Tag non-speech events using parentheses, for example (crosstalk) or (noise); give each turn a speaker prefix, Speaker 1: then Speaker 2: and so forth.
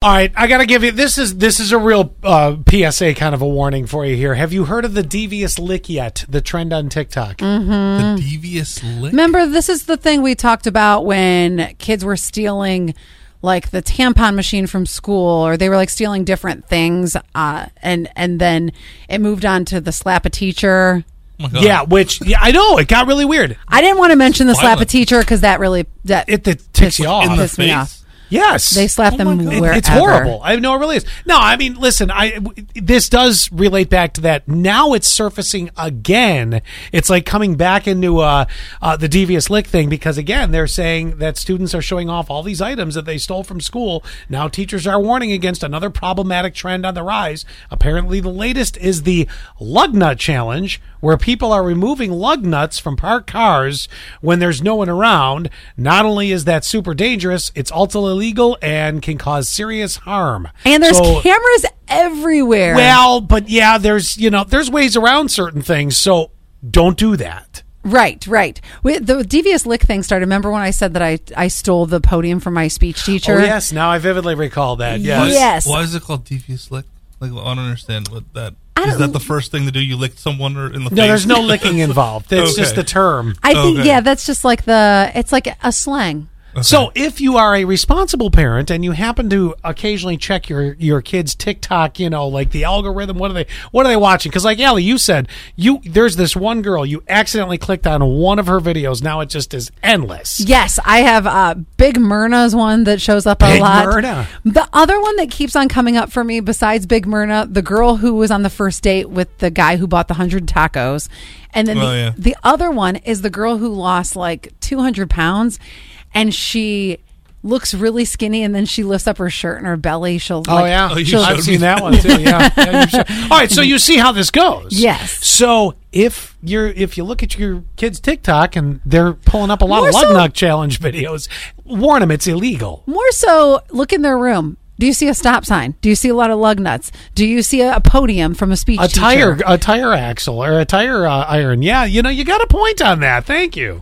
Speaker 1: All right, I gotta give you this is this is a real uh, PSA kind of a warning for you here. Have you heard of the devious lick yet? The trend on TikTok.
Speaker 2: Mm-hmm.
Speaker 3: Mm.
Speaker 2: The devious lick. Oh
Speaker 3: Remember, this is the thing we talked about when kids were stealing like the tampon machine from school or they were like stealing different things uh, and and then it moved on to the slap a teacher
Speaker 2: Oh my God.
Speaker 1: Yeah, which yeah, I know it got really weird.
Speaker 3: i didn't want to mention the slap a
Speaker 2: Violent.
Speaker 3: teacher because that really that
Speaker 1: It, it ticks you
Speaker 2: in
Speaker 1: off.
Speaker 2: the
Speaker 3: pissed me off.
Speaker 2: face.
Speaker 1: yes,
Speaker 3: Mm-hmm. they slap
Speaker 2: Oh my
Speaker 3: them
Speaker 2: God.
Speaker 1: It-
Speaker 3: wherever. Mm-hmm.
Speaker 1: it's horrible. I know it really is. No, I mean, listen, I w- this does relate back to that. Now it's surfacing again. It's like coming back into uh, uh, the devious lick thing because again, they're saying that students are showing off all these items that they stole from school. Now teachers are warning against another problematic trend on the rise. Apparently, the latest is the lug nut challenge, where people are removing lug nuts from parked cars when there's no one around. Not only is that super dangerous, it's also illegal and can cause serious harm.
Speaker 3: and there's
Speaker 1: So-
Speaker 3: cameras everywhere
Speaker 1: well, but yeah, there's you know there's ways around certain things, so don't do that.
Speaker 3: Right, right. We, the devious lick thing started. Remember when I said that I, I stole the podium from my speech teacher? Mm-hmm.
Speaker 1: Oh yes, now I vividly recall that. Yes.
Speaker 2: Why-
Speaker 3: Yes.
Speaker 2: Why is it called devious lick? Like I don't understand what that
Speaker 3: I
Speaker 2: is.
Speaker 3: don't-
Speaker 2: That the first thing to do? You licked someone or in the face?
Speaker 1: No, there's no licking involved. It's
Speaker 2: Okay.
Speaker 1: just the term.
Speaker 3: I think
Speaker 2: Okay.
Speaker 3: yeah, that's just like the it's like a slang.
Speaker 1: So, if you are a responsible parent and you happen to occasionally check your your kids' TikTok, you know, like the algorithm, what are they what are they watching? Because, like Allie, you said you there's this one girl you accidentally clicked on one of her videos. Now it just is endless.
Speaker 3: Yes, I have uh, Big Myrna's one that shows up a
Speaker 1: Big
Speaker 3: lot.
Speaker 1: Myrna.
Speaker 3: The other one that keeps on coming up for me, besides Big Myrna, the girl who was on the first date with the guy who bought the hundred tacos, and then
Speaker 2: Oh,
Speaker 3: the,
Speaker 2: yeah.
Speaker 3: the other one is the girl who lost like two hundred pounds, and she looks really skinny, and then she lifts up her shirt and her belly. She'll
Speaker 1: Oh
Speaker 3: like,
Speaker 1: yeah,
Speaker 2: Oh, you
Speaker 1: I've
Speaker 2: showed
Speaker 1: seen
Speaker 2: me
Speaker 1: that one too.
Speaker 2: (laughs)
Speaker 1: Yeah. Yeah, you showed- All right, so you see how this goes.
Speaker 3: Yes.
Speaker 1: So if you're if you look at your kids' TikTok and they're pulling up a lot
Speaker 3: More
Speaker 1: of lug
Speaker 3: so-
Speaker 1: nut challenge videos, warn them it's illegal.
Speaker 3: More so, look in their room. Do you see a stop sign? Do you see a lot of lug nuts? Do you see a, a podium from a speech?
Speaker 1: a tire
Speaker 3: teacher?
Speaker 1: a tire axle or a tire uh, iron. Yeah, you know you got a point on that. Thank you.